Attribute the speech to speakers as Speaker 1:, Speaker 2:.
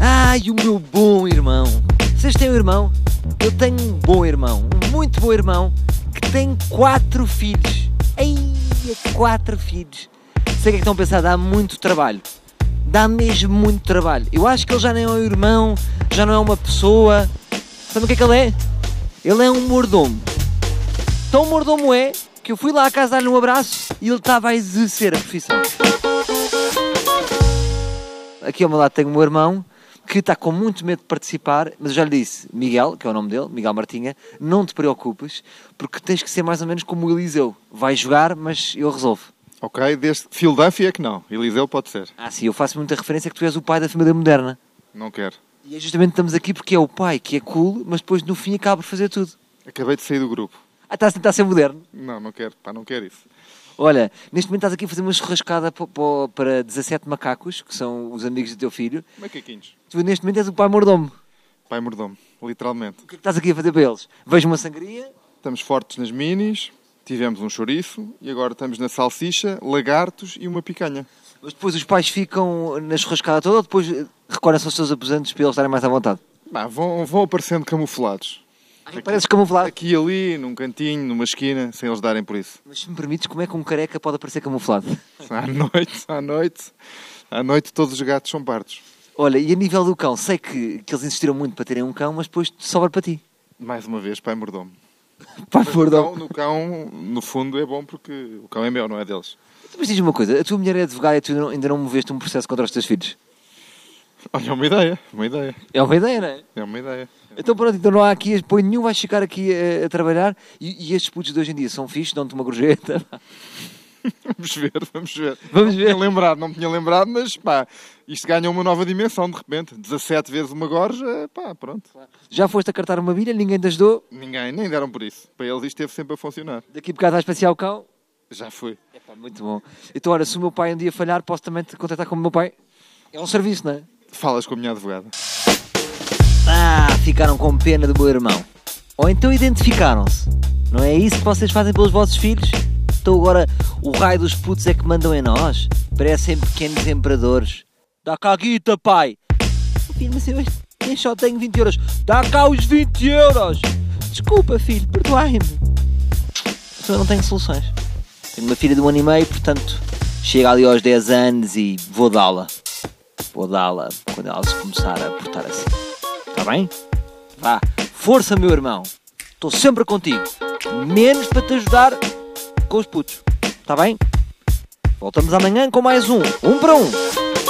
Speaker 1: Ai, o meu bom irmão. Vocês têm um irmão? Eu tenho um bom irmão, um muito bom irmão, que tem quatro filhos. Ai, quatro filhos. Sei o que é que estão a pensar, dá muito trabalho. Dá mesmo muito trabalho. Eu acho que ele já nem é um irmão, já não é uma pessoa. Sabe o que é que ele é? Ele é um mordomo. Tão mordomo é que eu fui lá à casa dar-lhe um abraço e ele estava a exercer a profissão. Aqui ao meu lado tenho o meu irmão que está com muito medo de participar, mas eu já lhe disse, Miguel, que é o nome dele, Miguel Martinha, não te preocupes, porque tens que ser mais ou menos como o Eliseu. Vai jogar, mas eu resolvo.
Speaker 2: Ok, desde Filadélfia é que não. Eliseu pode ser.
Speaker 1: Ah, sim, eu faço muita referência que tu és o pai da família moderna.
Speaker 2: Não quero.
Speaker 1: E é justamente estamos aqui porque é o pai que é cool, mas depois no fim acaba por fazer tudo.
Speaker 2: Acabei de sair do grupo.
Speaker 1: Ah, estás a tentar ser moderno.
Speaker 2: Não, não quero. Pá, não quero isso.
Speaker 1: Olha, neste momento estás aqui a fazer uma churrascada pa- pa- para 17 macacos, que são os amigos do teu filho.
Speaker 2: Macaquinhos.
Speaker 1: Tu neste momento és o pai mordomo.
Speaker 2: Pai mordomo, literalmente.
Speaker 1: O que é que estás aqui a fazer para eles? Vejo uma sangria,
Speaker 2: Estamos fortes nas minis, tivemos um chouriço e agora estamos na salsicha, lagartos e uma picanha.
Speaker 1: Mas depois os pais ficam na churrascada toda ou depois eh, recolhem-se aos seus aposentos para eles estarem mais à vontade?
Speaker 2: Pá, vão, vão aparecendo camuflados.
Speaker 1: Ai, Pareces camuflado.
Speaker 2: Aqui e ali, num cantinho, numa esquina, sem eles darem por isso.
Speaker 1: Mas se me permites, como é que um careca pode aparecer camuflado?
Speaker 2: À noite, à noite, à noite todos os gatos são pardos.
Speaker 1: Olha, e a nível do cão, sei que, que eles insistiram muito para terem um cão, mas depois sobra para ti.
Speaker 2: Mais uma vez, pai mordomo.
Speaker 1: Pá,
Speaker 2: Mas
Speaker 1: perdão.
Speaker 2: No cão, no cão, no fundo, é bom porque o cão é meu, não é deles.
Speaker 1: Mas diz-me uma coisa, a tua mulher é advogada e tu não- ainda não moveste um processo contra os teus filhos?
Speaker 2: Olha, é uma ideia, uma ideia,
Speaker 1: É uma ideia, não é?
Speaker 2: é uma ideia.
Speaker 1: Então pronto, então não há aqui, põe nenhum, vais ficar aqui eh, a, trabalhar e, e estes putos de hoje em dia são fixos, dão-te uma gorjeta.
Speaker 2: Vamos ver, vamos ver.
Speaker 1: Vamos
Speaker 2: Não me
Speaker 1: ver.
Speaker 2: tinha lembrado, não me tinha lembrado, mas pá, isto ganha uma nova dimensão de repente. 17 vezes uma gorja, pá, pronto.
Speaker 1: Já foste a cartar uma bilha, ninguém te ajudou,
Speaker 2: Ninguém, nem deram por isso. Para eles isto esteve sempre a funcionar.
Speaker 1: daqui a bocado vais passear o cão.
Speaker 2: Já foi.
Speaker 1: Epá, muito bom. Então, ora, se o meu pai um dia falhar, posso também te contactar com o meu pai? É um serviço, não é?
Speaker 2: Falas com a minha advogada.
Speaker 1: Ah, ficaram com pena do meu irmão. Ou então identificaram-se. Não é isso que vocês fazem pelos vossos filhos? Então agora o raio dos putos é que mandam em nós? Parecem pequenos imperadores. Dá cá a guita, pai! Oh, Filho, mas eu eu só tenho 20 euros. Dá cá os 20 euros! Desculpa, filho, perdoai-me. Então eu não tenho soluções. Tenho uma filha de um ano e meio, portanto, chega ali aos 10 anos e vou dá-la. Vou dá-la quando ela se começar a portar assim. Está bem? Vá, força, meu irmão. Estou sempre contigo. Menos para te ajudar Tá com os putos. Está bem? Voltamos amanhã com mais um. Um para um.